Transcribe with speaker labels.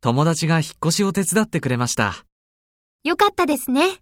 Speaker 1: 友達が引っ越しを手伝ってくれました。
Speaker 2: よかったですね。